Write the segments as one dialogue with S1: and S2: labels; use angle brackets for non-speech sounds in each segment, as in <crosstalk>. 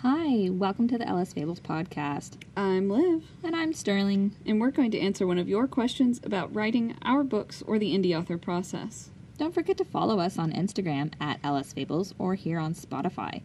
S1: Hi, welcome to the LS Fables podcast.
S2: I'm Liv,
S1: And I'm Sterling.
S2: and we're going to answer one of your questions about writing our books or the indie author process.
S1: Don't forget to follow us on Instagram at LS Fables or here on Spotify.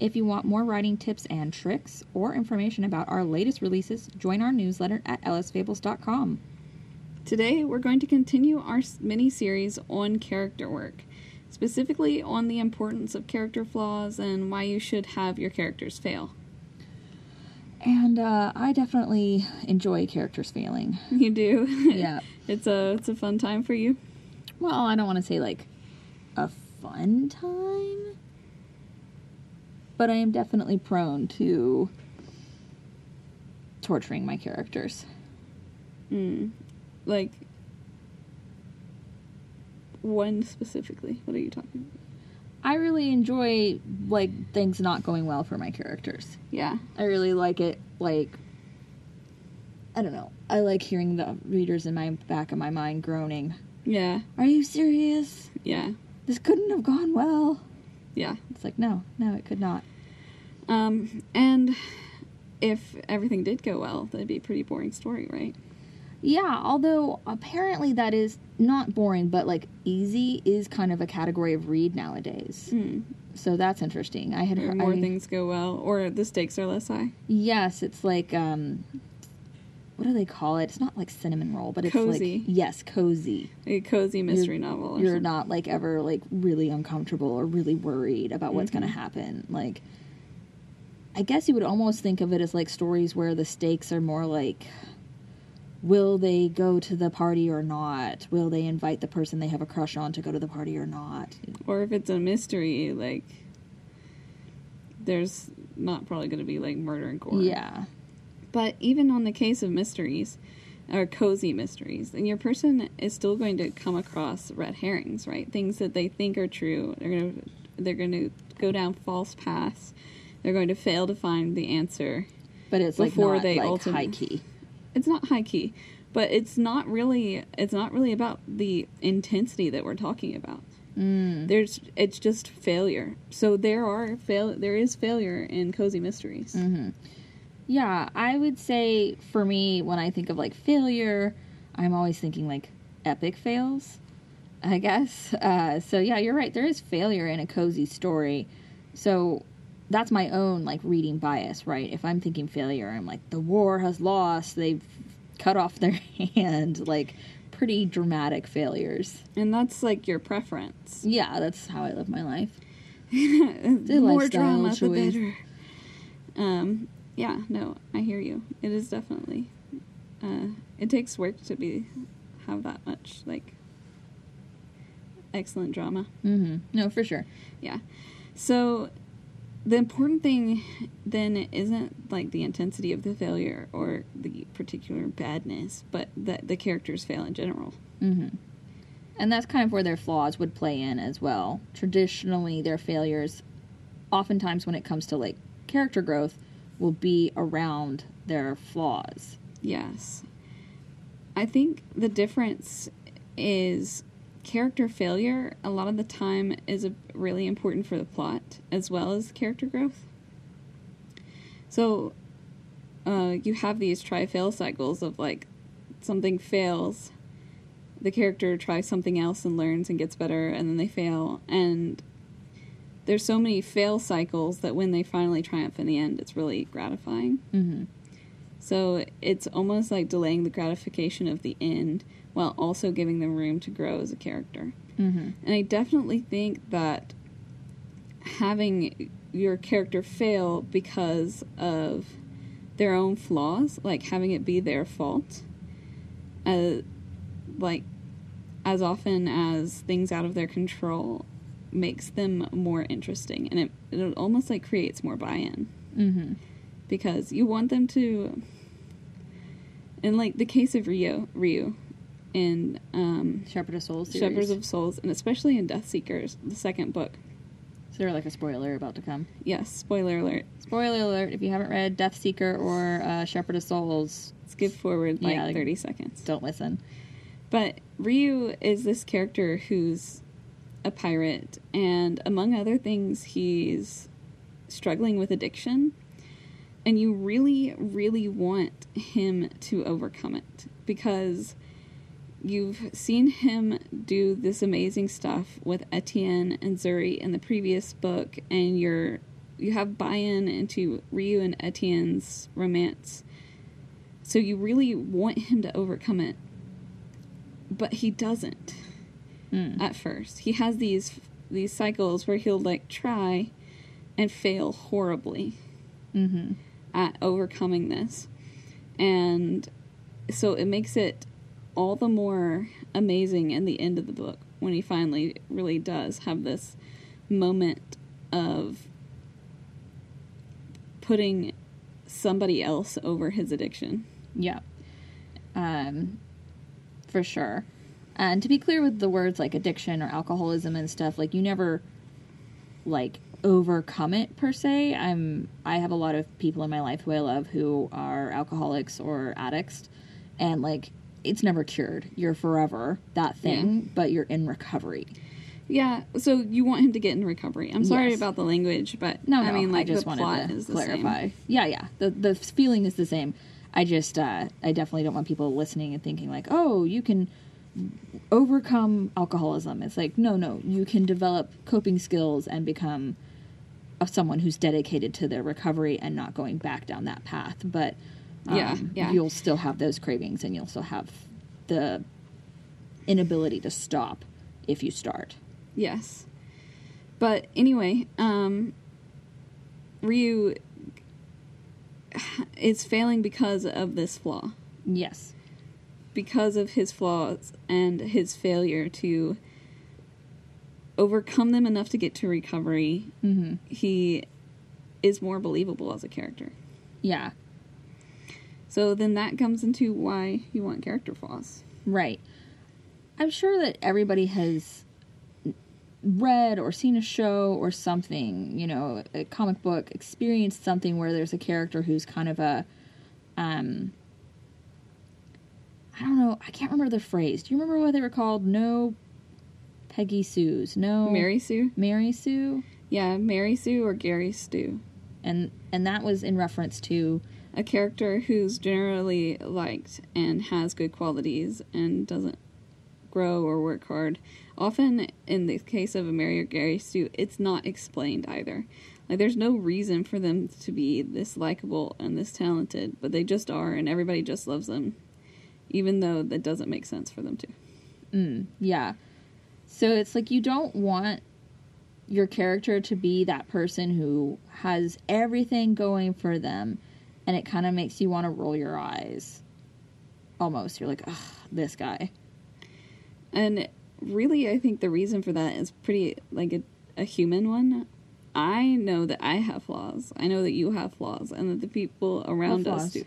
S1: If you want more writing tips and tricks or information about our latest releases, join our newsletter at lsfables.com.
S2: Today, we're going to continue our mini series on character work, specifically on the importance of character flaws and why you should have your characters fail. <laughs>
S1: And uh, I definitely enjoy characters <laughs> failing.
S2: You do?
S1: Yeah.
S2: <laughs> it's a it's a fun time for you.
S1: Well, I don't want to say like a fun time, but I am definitely prone to torturing my characters.
S2: Mm. Like one specifically. What are you talking about?
S1: I really enjoy like things not going well for my characters.
S2: Yeah.
S1: I really like it like I don't know. I like hearing the readers in my back of my mind groaning.
S2: Yeah.
S1: Are you serious?
S2: Yeah.
S1: This couldn't have gone well.
S2: Yeah.
S1: It's like no, no, it could not.
S2: Um, and if everything did go well, that'd be a pretty boring story, right?
S1: Yeah, although apparently that is not boring, but like easy is kind of a category of read nowadays.
S2: Mm.
S1: So that's interesting. I had
S2: Or
S1: heard
S2: more
S1: Hmm. I,
S2: things go well, or the stakes are less high.
S1: Yes, it's like um what do they call it? It's not like cinnamon roll, but it's
S2: Cozy.
S1: like yes, cozy.
S2: A cozy mystery novel. Or
S1: You're
S2: something.
S1: not like ever like really uncomfortable or really worried about what's going to
S2: Mm-hmm.
S1: happen. Like I guess you would almost think of it as like stories where the stakes are more like will they go to the party or not? Will they invite the person they have a crush on to go to the party or not?
S2: Or if it's a mystery, like there's not probably going to be like murder and gore.
S1: Yeah.
S2: But even on the case of mysteries, or cozy mysteries, then your person is still going to come across red herrings, right? Things that they think are true. They're going to they're going to go down false paths. They're going to fail to find the answer.
S1: But it's
S2: Before
S1: like not
S2: they
S1: like
S2: ultim-
S1: high key.
S2: it's not high key, but it's not really it's not really about the intensity that we're talking about. Mm. There's it's just failure. So there are fail there is failure in cozy mysteries.
S1: Yeah, I would say for me, when I think of like failure, I'm always thinking like epic fails, I guess. <laughs> Uh, so yeah, you're right. There is failure in a cozy story. So that's my own like reading bias, right? If I'm thinking failure, I'm like the war has lost, they've cut off their <laughs> hand, like pretty dramatic failures.
S2: And that's like your preference.
S1: Yeah, that's how I live my life.
S2: the more
S1: lifestyle
S2: drama the
S1: choice.
S2: better. Um yeah, no, I hear you. It is definitely uh it takes work to be have that much like excellent drama.
S1: Mm-hmm. No, for sure.
S2: Yeah. So the important thing then isn't like the intensity of the failure or the particular badness, but that the characters fail in general.
S1: And that's kind of where their flaws would play in as well. Traditionally, their failures, oftentimes when it comes to like character growth, will be around their flaws.
S2: Yes. I think the difference is character failure a lot of the time is a, really important for the plot as well as character growth. So uh, you have these try fail cycles of like something fails, the character tries something else and learns and gets better, and then they fail. And there's so many fail cycles that when they finally triumph in the end, it's really gratifying. So it's almost like delaying the gratification of the end while also giving them room to grow as a character. Mm-hmm. And I definitely think that having your character fail because of their own flaws, like having it be their fault, uh, like as often as things out of their control makes them more interesting and it, it almost like creates more buy-in because you want them to in like the case of Rio Ryu in um
S1: Shepherd of Souls series.
S2: Shepherds of Souls and especially in Death Seekers, the second book.
S1: Is there like a spoiler about to come?
S2: Yes, spoiler alert.
S1: Spoiler alert! If you haven't read Death Seeker or uh, Shepherd of Souls,
S2: Skip forward like
S1: Yeah, like-
S2: 30 seconds.
S1: don't listen.
S2: But Ryu is this character who's a pirate, and among other things, he's struggling with addiction and you really really want him to overcome it because you've seen him do this amazing stuff with Etienne and Zuri in the previous book and you're you have buy-in into Ryu and Etienne's romance so you really want him to overcome it but he doesn't
S1: Mm.
S2: at first. He has these these cycles where he'll like try and fail horribly
S1: Mm-hmm.
S2: at overcoming this. And so it makes it all the more amazing in the end of the book when he finally really does have this moment of putting somebody else over his addiction.
S1: Yeah. Um, for sure. And to be clear with the words like addiction or alcoholism and stuff, like you never like overcome it per se. I'm I have a lot of people in my life who I love who are alcoholics or addicts and like it's never cured. You're forever that thing, but you're in recovery.
S2: Yeah, so you want him to get in recovery. I'm sorry
S1: Yes.
S2: about the language, but
S1: No,
S2: I
S1: no,
S2: mean like
S1: I just
S2: the
S1: wanted
S2: plot
S1: to
S2: is the same.
S1: clarify. Yeah, yeah. The the feeling is the same. I just uh, I definitely don't want people listening and thinking like, oh, you can overcome alcoholism. It's like, no, no, you can develop coping skills and become a- someone who's dedicated to their recovery and not going back down that path. But um,
S2: Yeah, yeah.
S1: you'll still have those cravings and you'll still have the inability to stop if you start.
S2: Yes. But anyway, um, Ryu is failing because of this flaw,
S1: Yes.
S2: because of his flaws and his failure to overcome them enough to get to recovery.
S1: Mm-hmm.
S2: He is more believable as a character.
S1: Yeah.
S2: So then that comes into why you want character flaws.
S1: Right. I'm sure that everybody has read or seen a show or something, you know, a comic book, experienced something where there's a character who's kind of a um I don't know, I can't remember the phrase. Do you remember what they were called? No Peggy Sue's, no
S2: Mary Sue?
S1: Mary Sue.
S2: Yeah, Mary Sue or Gary Stu.
S1: And and that was in reference to
S2: a character who's generally liked and has good qualities and doesn't grow or work hard. Often, in the case of a Mary or Gary Stu, it's not explained either. Like, there's no reason for them to be this likable and this talented, but they just are, and everybody just loves them, even though that doesn't make sense for them to.
S1: Mm, yeah. So it's like you don't want your character to be that person who has everything going for them, and it kind of makes you want to roll your eyes. Almost. You're like, ugh, this guy.
S2: And really, I think the reason for that is pretty like a, a human one. I know that I have flaws. I know that you have flaws, and that the people around
S1: What flaws?
S2: us do.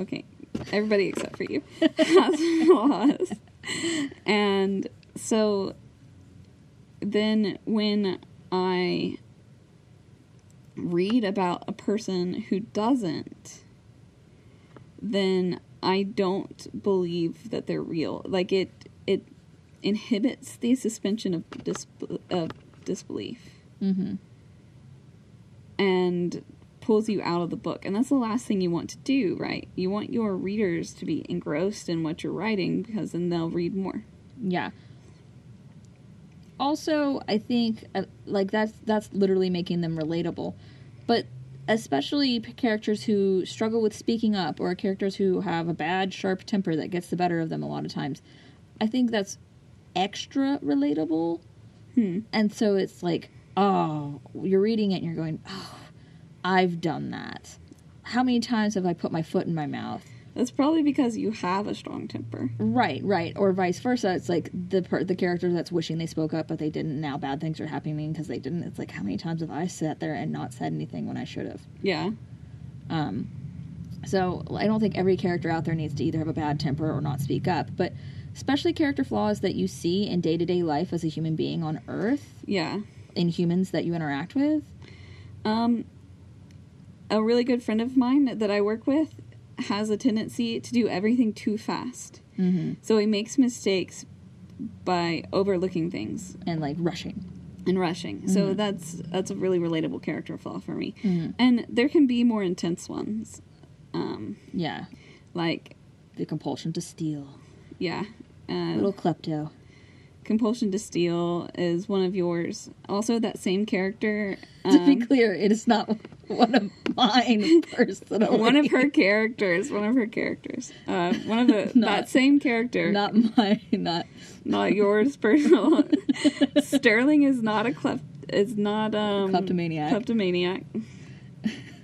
S2: Okay, everybody except for you <laughs> has flaws. And so then when I read about a person who doesn't, then I don't believe that they're real. Like it, it inhibits the suspension of, dis- of disbelief
S1: Mm-hmm.
S2: and pulls you out of the book. And that's the last thing you want to do, right? You want your readers to be engrossed in what you're writing because then they'll read more.
S1: Yeah. Also, I think uh, like that's that's literally making them relatable, but especially p- characters who struggle with speaking up or characters who have a bad sharp temper that gets the better of them a lot of times. I think that's extra relatable, and so it's like, oh, you're reading it and you're going, oh, I've done that. How many times have I put my foot in my mouth?
S2: That's probably because you have a strong temper.
S1: Right, right, or vice versa. It's like the per- the character that's wishing they spoke up, but they didn't. Now bad things are happening because they didn't. It's like how many times have I sat there and not said anything when I should have?
S2: Yeah.
S1: Um, so I don't think every character out there needs to either have a bad temper or not speak up, but especially character flaws that you see in day to day life as a human being on Earth
S2: Yeah.
S1: in humans that you interact with.
S2: Um, a really good friend of mine that I work with has a tendency to do everything too fast.
S1: Mm-hmm.
S2: So he makes mistakes by overlooking things.
S1: And like rushing.
S2: and rushing.
S1: Mm-hmm.
S2: So that's that's a really relatable character flaw for me. And there can be more intense ones, um,
S1: Yeah.
S2: like
S1: The compulsion to steal.
S2: yeah, uh,
S1: Little klepto.
S2: compulsion to steal is one of yours. Also, that same character,
S1: <laughs> to be
S2: um,
S1: clear, it is not <laughs> one of mine personally.
S2: um, one of her characters, one of her characters, uh, one of the
S1: <laughs> Not-
S2: that same character, not,
S1: Not mine. Not.
S2: yours, <laughs> personal. Sterling is not a clep is not um
S1: Kleptomaniac.
S2: kleptomaniac.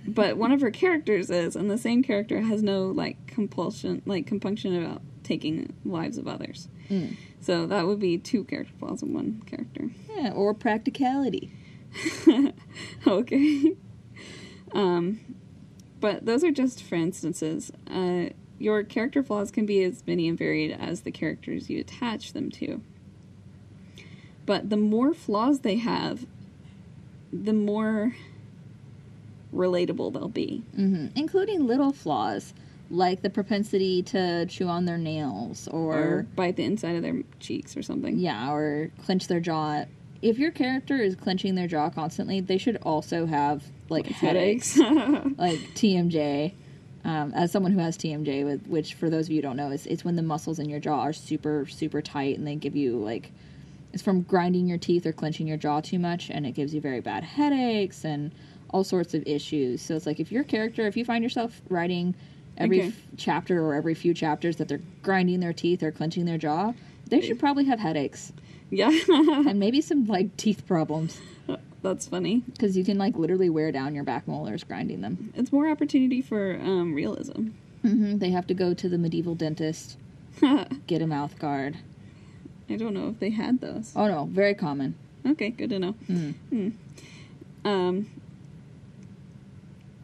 S2: But one of her characters is, and the same character has no like compulsion, like compunction about taking lives of others. So that would be two character flaws in one character.
S1: Yeah, or practicality.
S2: <laughs> okay. Um, but those are just for instances. Uh, your character flaws can be as many and varied as the characters you attach them to. But the more flaws they have, the more relatable they'll be.
S1: hmm Including little flaws, like the propensity to chew on their nails or,
S2: Or bite the inside of their cheeks or something.
S1: yeah, or clench their jaw. If your character is clenching their jaw constantly, they should also have like headaches,
S2: Headaches. <laughs>
S1: like TMJ. Um, as someone who has TMJ, with, which for those of you who don't know, is it's when the muscles in your jaw are super super tight and they give you like it's from grinding your teeth or clenching your jaw too much, and it gives you very bad headaches and all sorts of issues. So it's like if your character, if you find yourself writing every
S2: Okay.
S1: f- chapter or every few chapters that they're grinding their teeth or clenching their jaw, they should probably have headaches
S2: yeah. <laughs>
S1: and maybe some like teeth problems
S2: That's funny.
S1: because you can like literally wear down your back molars grinding them.
S2: It's more opportunity for um, realism. <laughs>
S1: hmm They have to go to the medieval dentist, get a mouth guard.
S2: I don't know if they had those.
S1: Oh no, very common.
S2: Okay, good to know. Hmm. Um,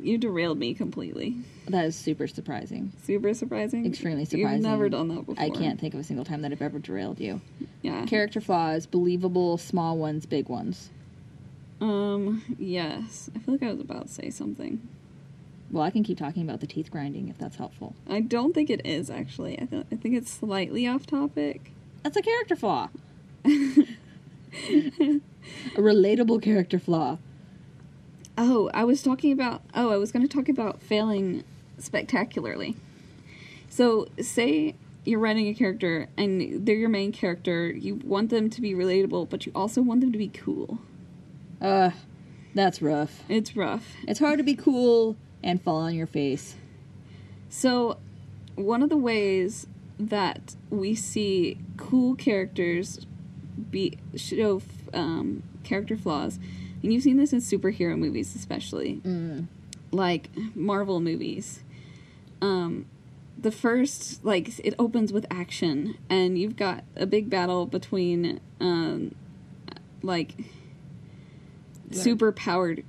S2: you derailed me completely.
S1: That is super surprising.
S2: Super surprising.
S1: Extremely
S2: You've
S1: surprising.
S2: never done that before.
S1: I can't think of a single time that I've ever derailed you.
S2: Yeah.
S1: Character flaws, believable, small ones, big ones.
S2: um. Yes. I feel like I was about to say something.
S1: Well, I can keep talking about the teeth grinding if that's helpful.
S2: I don't think it is actually. I th- I think it's slightly off topic.
S1: That's a character flaw. a relatable character flaw.
S2: Oh, I was talking about. Oh, I was going to talk about failing spectacularly. So, say you're writing a character and they're your main character. You want them to be relatable, but you also want them to be cool.
S1: Ugh, that's rough.
S2: It's rough.
S1: It's hard to be cool and fall on your face.
S2: So, one of the ways that we see cool characters be show um, character flaws, and you've seen this in superhero movies, especially like Marvel movies. Um, the first, like, it opens with action, and you've got a big battle between, um, like, super powered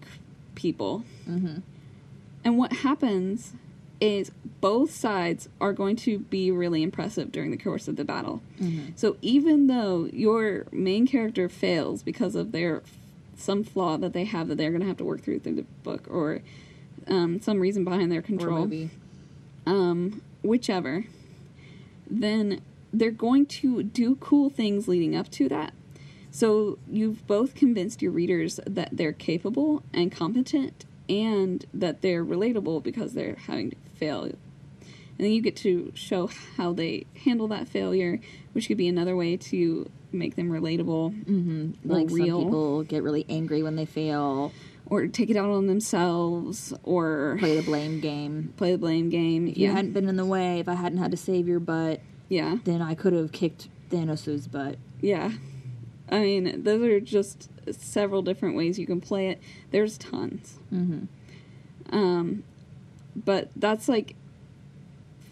S2: people. And what happens is both sides are going to be really impressive during the course of the battle. So even though your main character fails because of their some flaw that they have that they're going to have to work through through the book or um, some reason behind their
S1: Or
S2: control,
S1: movie.
S2: um, whichever, then they're going to do cool things leading up to that. So you've both convinced your readers that they're capable and competent and that they're relatable because they're having to fail. And then you get to show how they handle that failure, which could be another way to make them relatable or
S1: Like
S2: real
S1: some people get really angry when they fail,
S2: or take it out on themselves or
S1: play the blame game.
S2: play the blame game.
S1: If you
S2: yeah.
S1: hadn't been in the way, if I hadn't had to save your butt,
S2: yeah.
S1: then I could have kicked Thanos' butt.
S2: Yeah. I mean, those are just several different ways you can play it. There's tons. Mm-hmm. Um, but that's like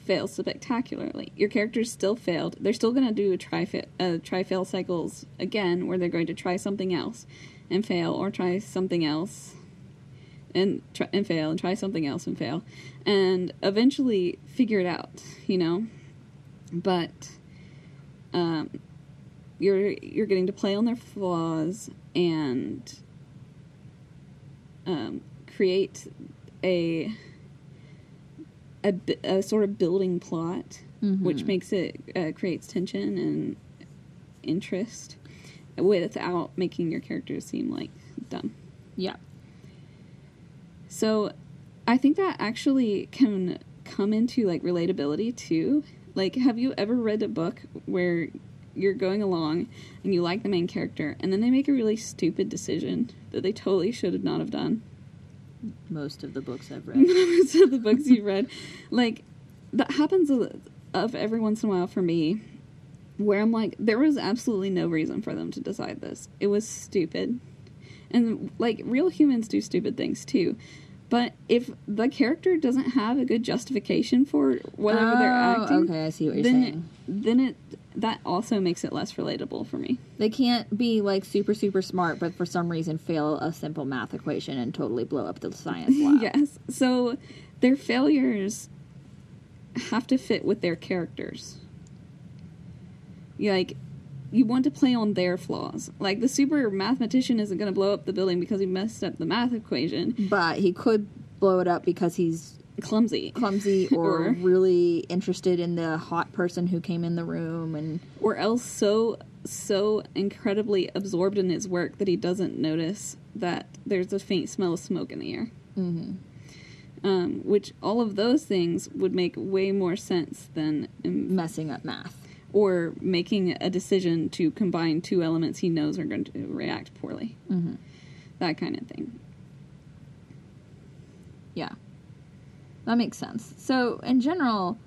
S2: fail spectacularly. Your characters still failed. They're still going to do try fa- uh, try fail cycles again, where they're going to try something else and fail, or try something else and try and fail, and try something else and fail, and eventually figure it out. You know, but um, you're you're getting to play on their flaws and um, create a, a bi- a sort of building plot, which makes it uh, creates tension and interest, without making your characters seem like dumb.
S1: Yeah.
S2: So I think that actually can come into like relatability too. Like, have you ever read a book where you're going along and you like the main character and then they make a really stupid decision that they totally should have not have done?
S1: Most of the books I've
S2: <laughs>
S1: read.
S2: Most of the books you've read. Like, that happens a- of every once in a while for me where I'm like, there was absolutely no reason for them to decide this. It was stupid. And like real humans do stupid things too. But if the character doesn't have a good justification for whatever they're
S1: Oh,
S2: acting,
S1: okay, I see what you're
S2: then
S1: saying.
S2: It, then it that also makes it less relatable for me.
S1: They can't be like super super smart, but for some reason fail a simple math equation and totally blow up the <laughs>
S2: <laughs>
S1: science lab.
S2: Yes. So their failures have to fit with their characters. You like you want to play on their flaws. Like the super mathematician isn't going to blow up the building because he messed up the math equation.
S1: But he could blow it up because he's
S2: Clumsy <laughs>
S1: clumsy or,
S2: Or-
S1: really interested in the hot person who came in the room and
S2: or else so so incredibly absorbed in his work that he doesn't notice that there's a faint smell of smoke in the air. Mm-hmm. Um, which all of those things would make way more sense than im-
S1: messing up math.
S2: or making a decision to combine two elements he knows are going to react poorly.
S1: Mm-hmm.
S2: That kind of thing.
S1: Yeah. That makes sense. So, in general,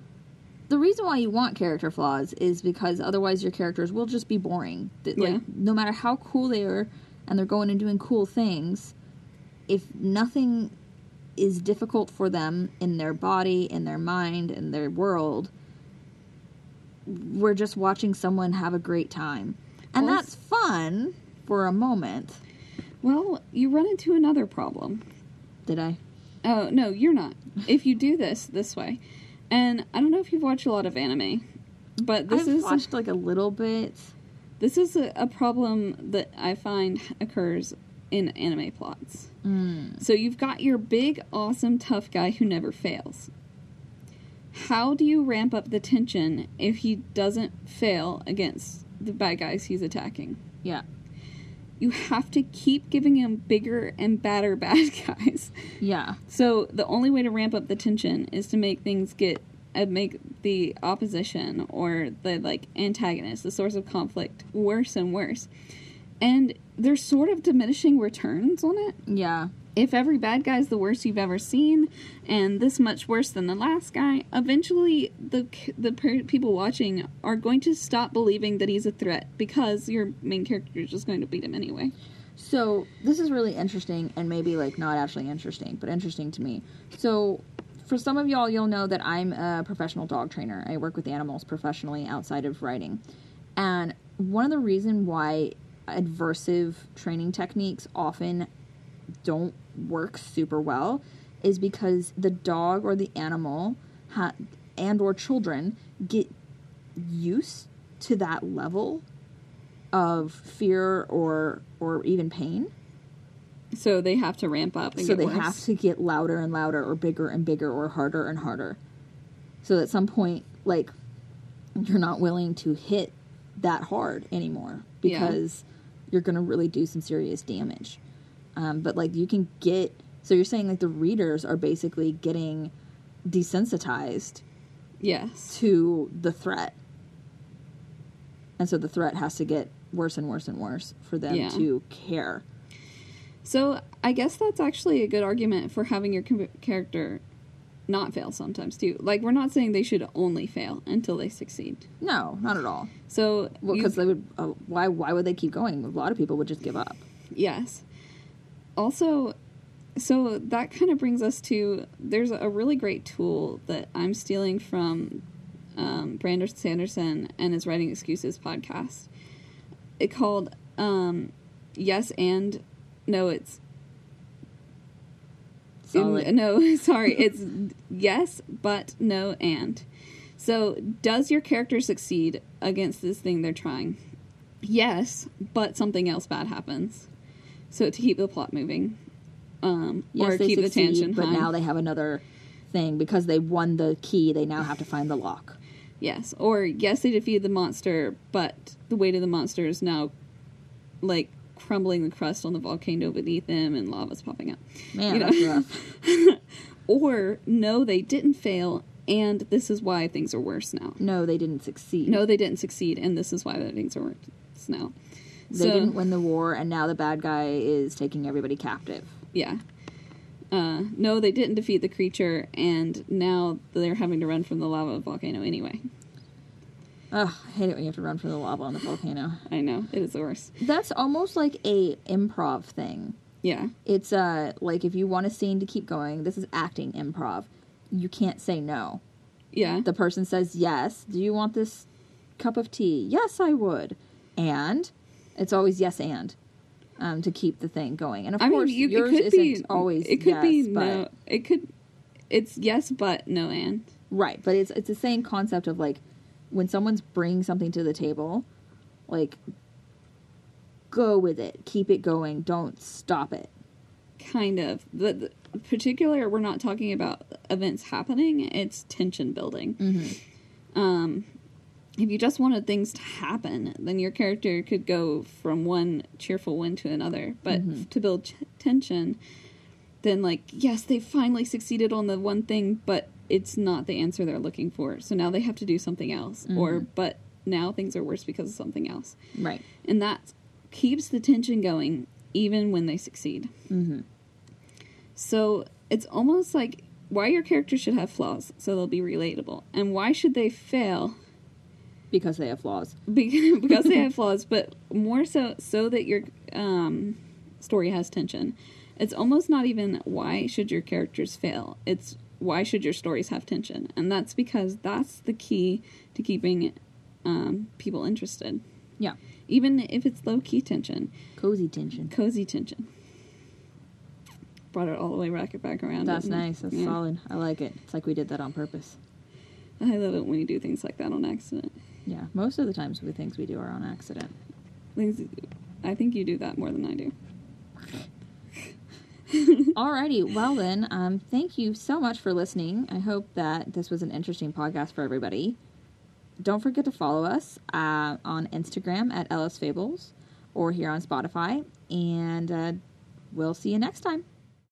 S1: the reason why you want character flaws is because otherwise your characters will just be boring. That,
S2: Yeah.
S1: Like, no matter how cool they are and they're going and doing cool things, if nothing is difficult for them in their body, in their mind, in their world, we're just watching someone have a great time. And
S2: Well,
S1: that's fun for a moment.
S2: Well, you run into another problem.
S1: Did I?
S2: Oh, no, you're not. If you do this this way, and I don't know if you've watched a lot of anime, but this
S1: I've
S2: is
S1: watched like a little bit.
S2: this is a, a problem that I find occurs in anime plots. So you've got your big, awesome, tough guy who never fails. How do you ramp up the tension if he doesn't fail against the bad guys he's attacking?
S1: Yeah.
S2: You have to keep giving him bigger and badder <laughs> bad guys.
S1: Yeah.
S2: So the only way to ramp up the tension is to make things get uh, make the opposition or the like antagonist, the source of conflict, worse and worse. And there's sort of diminishing returns on it.
S1: Yeah.
S2: If every bad guy is the worst you've ever seen, and this much worse than the last guy, eventually the c- the per- people watching are going to stop believing that he's a threat because your main character is just going to beat him anyway.
S1: So this is really interesting, and maybe like not actually interesting, but interesting to me. So for some of y'all, you'll know that I'm a professional dog trainer. I work with animals professionally outside of writing, and one of the reason why adversive training techniques often don't work super well is because the dog or the animal ha- and or children get used to that level of fear or or even pain
S2: So they have to ramp up. And
S1: so
S2: get
S1: they
S2: worse.
S1: have to get louder and louder or bigger and bigger or harder and harder so at some point like you're not willing to hit that hard anymore
S2: Yeah.
S1: because you're going to really do some serious damage um, but like you can get so you're saying like the readers are basically getting desensitized
S2: yes.
S1: to the threat. And so the threat has to get worse and worse and worse for them
S2: Yeah.
S1: to care.
S2: So I guess that's actually a good argument for having your com- character not fail sometimes too. Like we're not saying they should only fail until they succeed.
S1: No, not at all.
S2: So
S1: Well,
S2: you-
S1: because they would. Uh, why? Why would they keep going? A lot of people would just give up.
S2: yes. Also, so that kind of brings us to there's a really great tool that I'm stealing from um, Brandon Sanderson and his Writing Excuses podcast. It called um, Yes and No. It's
S1: Solid.
S2: In- no, <laughs> sorry. It's yes, but no, and. So, does your character succeed against this thing they're trying? Yes, but something else bad happens. So, to keep the plot moving, um,
S1: yes,
S2: or
S1: they
S2: keep
S1: succeed,
S2: the tension
S1: but
S2: high.
S1: now they have another thing because they won the key. They now have to find the lock.
S2: yes, or yes, they defeated the monster, but the weight of the monster is now like crumbling the crust on the volcano beneath them and lava's popping up.
S1: Man,
S2: You know.
S1: that's rough.
S2: Or no, they didn't fail and this is why things are worse now.
S1: No, they didn't succeed.
S2: No, they didn't succeed and this is why things are worse now.
S1: they didn't win the war, and now the bad guy is taking everybody captive.
S2: Yeah. Uh, no, they didn't defeat the creature, and now they're having to run from the lava volcano anyway.
S1: Ugh, I hate it when you have to run from the lava on the volcano.
S2: I know it is the worst.
S1: That's almost like a improv thing.
S2: Yeah,
S1: It's uh like if you want a scene to keep going, this is acting improv. You can't say no.
S2: yeah,
S1: The person says yes. Do you want this cup of tea? Yes, I would. And it's always yes and um, to keep the thing going. And of
S2: I
S1: course,
S2: mean, you,
S1: yours
S2: it could
S1: isn't
S2: be
S1: always
S2: It could
S1: yes,
S2: be
S1: but
S2: no. It could. It's yes, but no, and
S1: Right, but it's it's the same concept of like when someone's bringing something to the table, like go with it, keep it going, don't stop it.
S2: kind of. The, the particular, we're not talking about events happening. It's tension building. Um, if you just wanted things to happen, then your character could go from one cheerful win to another. But to build ch- tension, then like yes, they finally succeeded on the one thing, but it's not the answer they're looking for. So now they have to do something else, or but now things are worse because of something else,
S1: Right.
S2: and that keeps the tension going even when they succeed.
S1: Mhm.
S2: So it's almost like why your character should have flaws, so they'll be relatable, and why should they fail? <laughs>
S1: Because they have flaws.
S2: Be- because they have flaws, but more so so that your um, story has tension. It's almost not even why should your characters fail. It's why should your stories have tension, and that's because that's the key to keeping um, people interested,
S1: Yeah.
S2: even if it's low key tension,
S1: Cozy tension.
S2: cozy tension. Brought it all the way back back around.
S1: That's
S2: didn't I?
S1: nice. That's
S2: Yeah.
S1: solid. I like it. It's like we did that on purpose.
S2: I love it when you do things like that on accident.
S1: Yeah. Most of the times the things we do are on accident. <laughs>
S2: Things, I think you do that more than I do.
S1: Alrighty. Well then, um, thank you so much for listening. I hope that this was an interesting podcast for everybody. Don't forget to follow us uh, on Instagram at LS Fables or here on Spotify. And uh, we'll see you next time.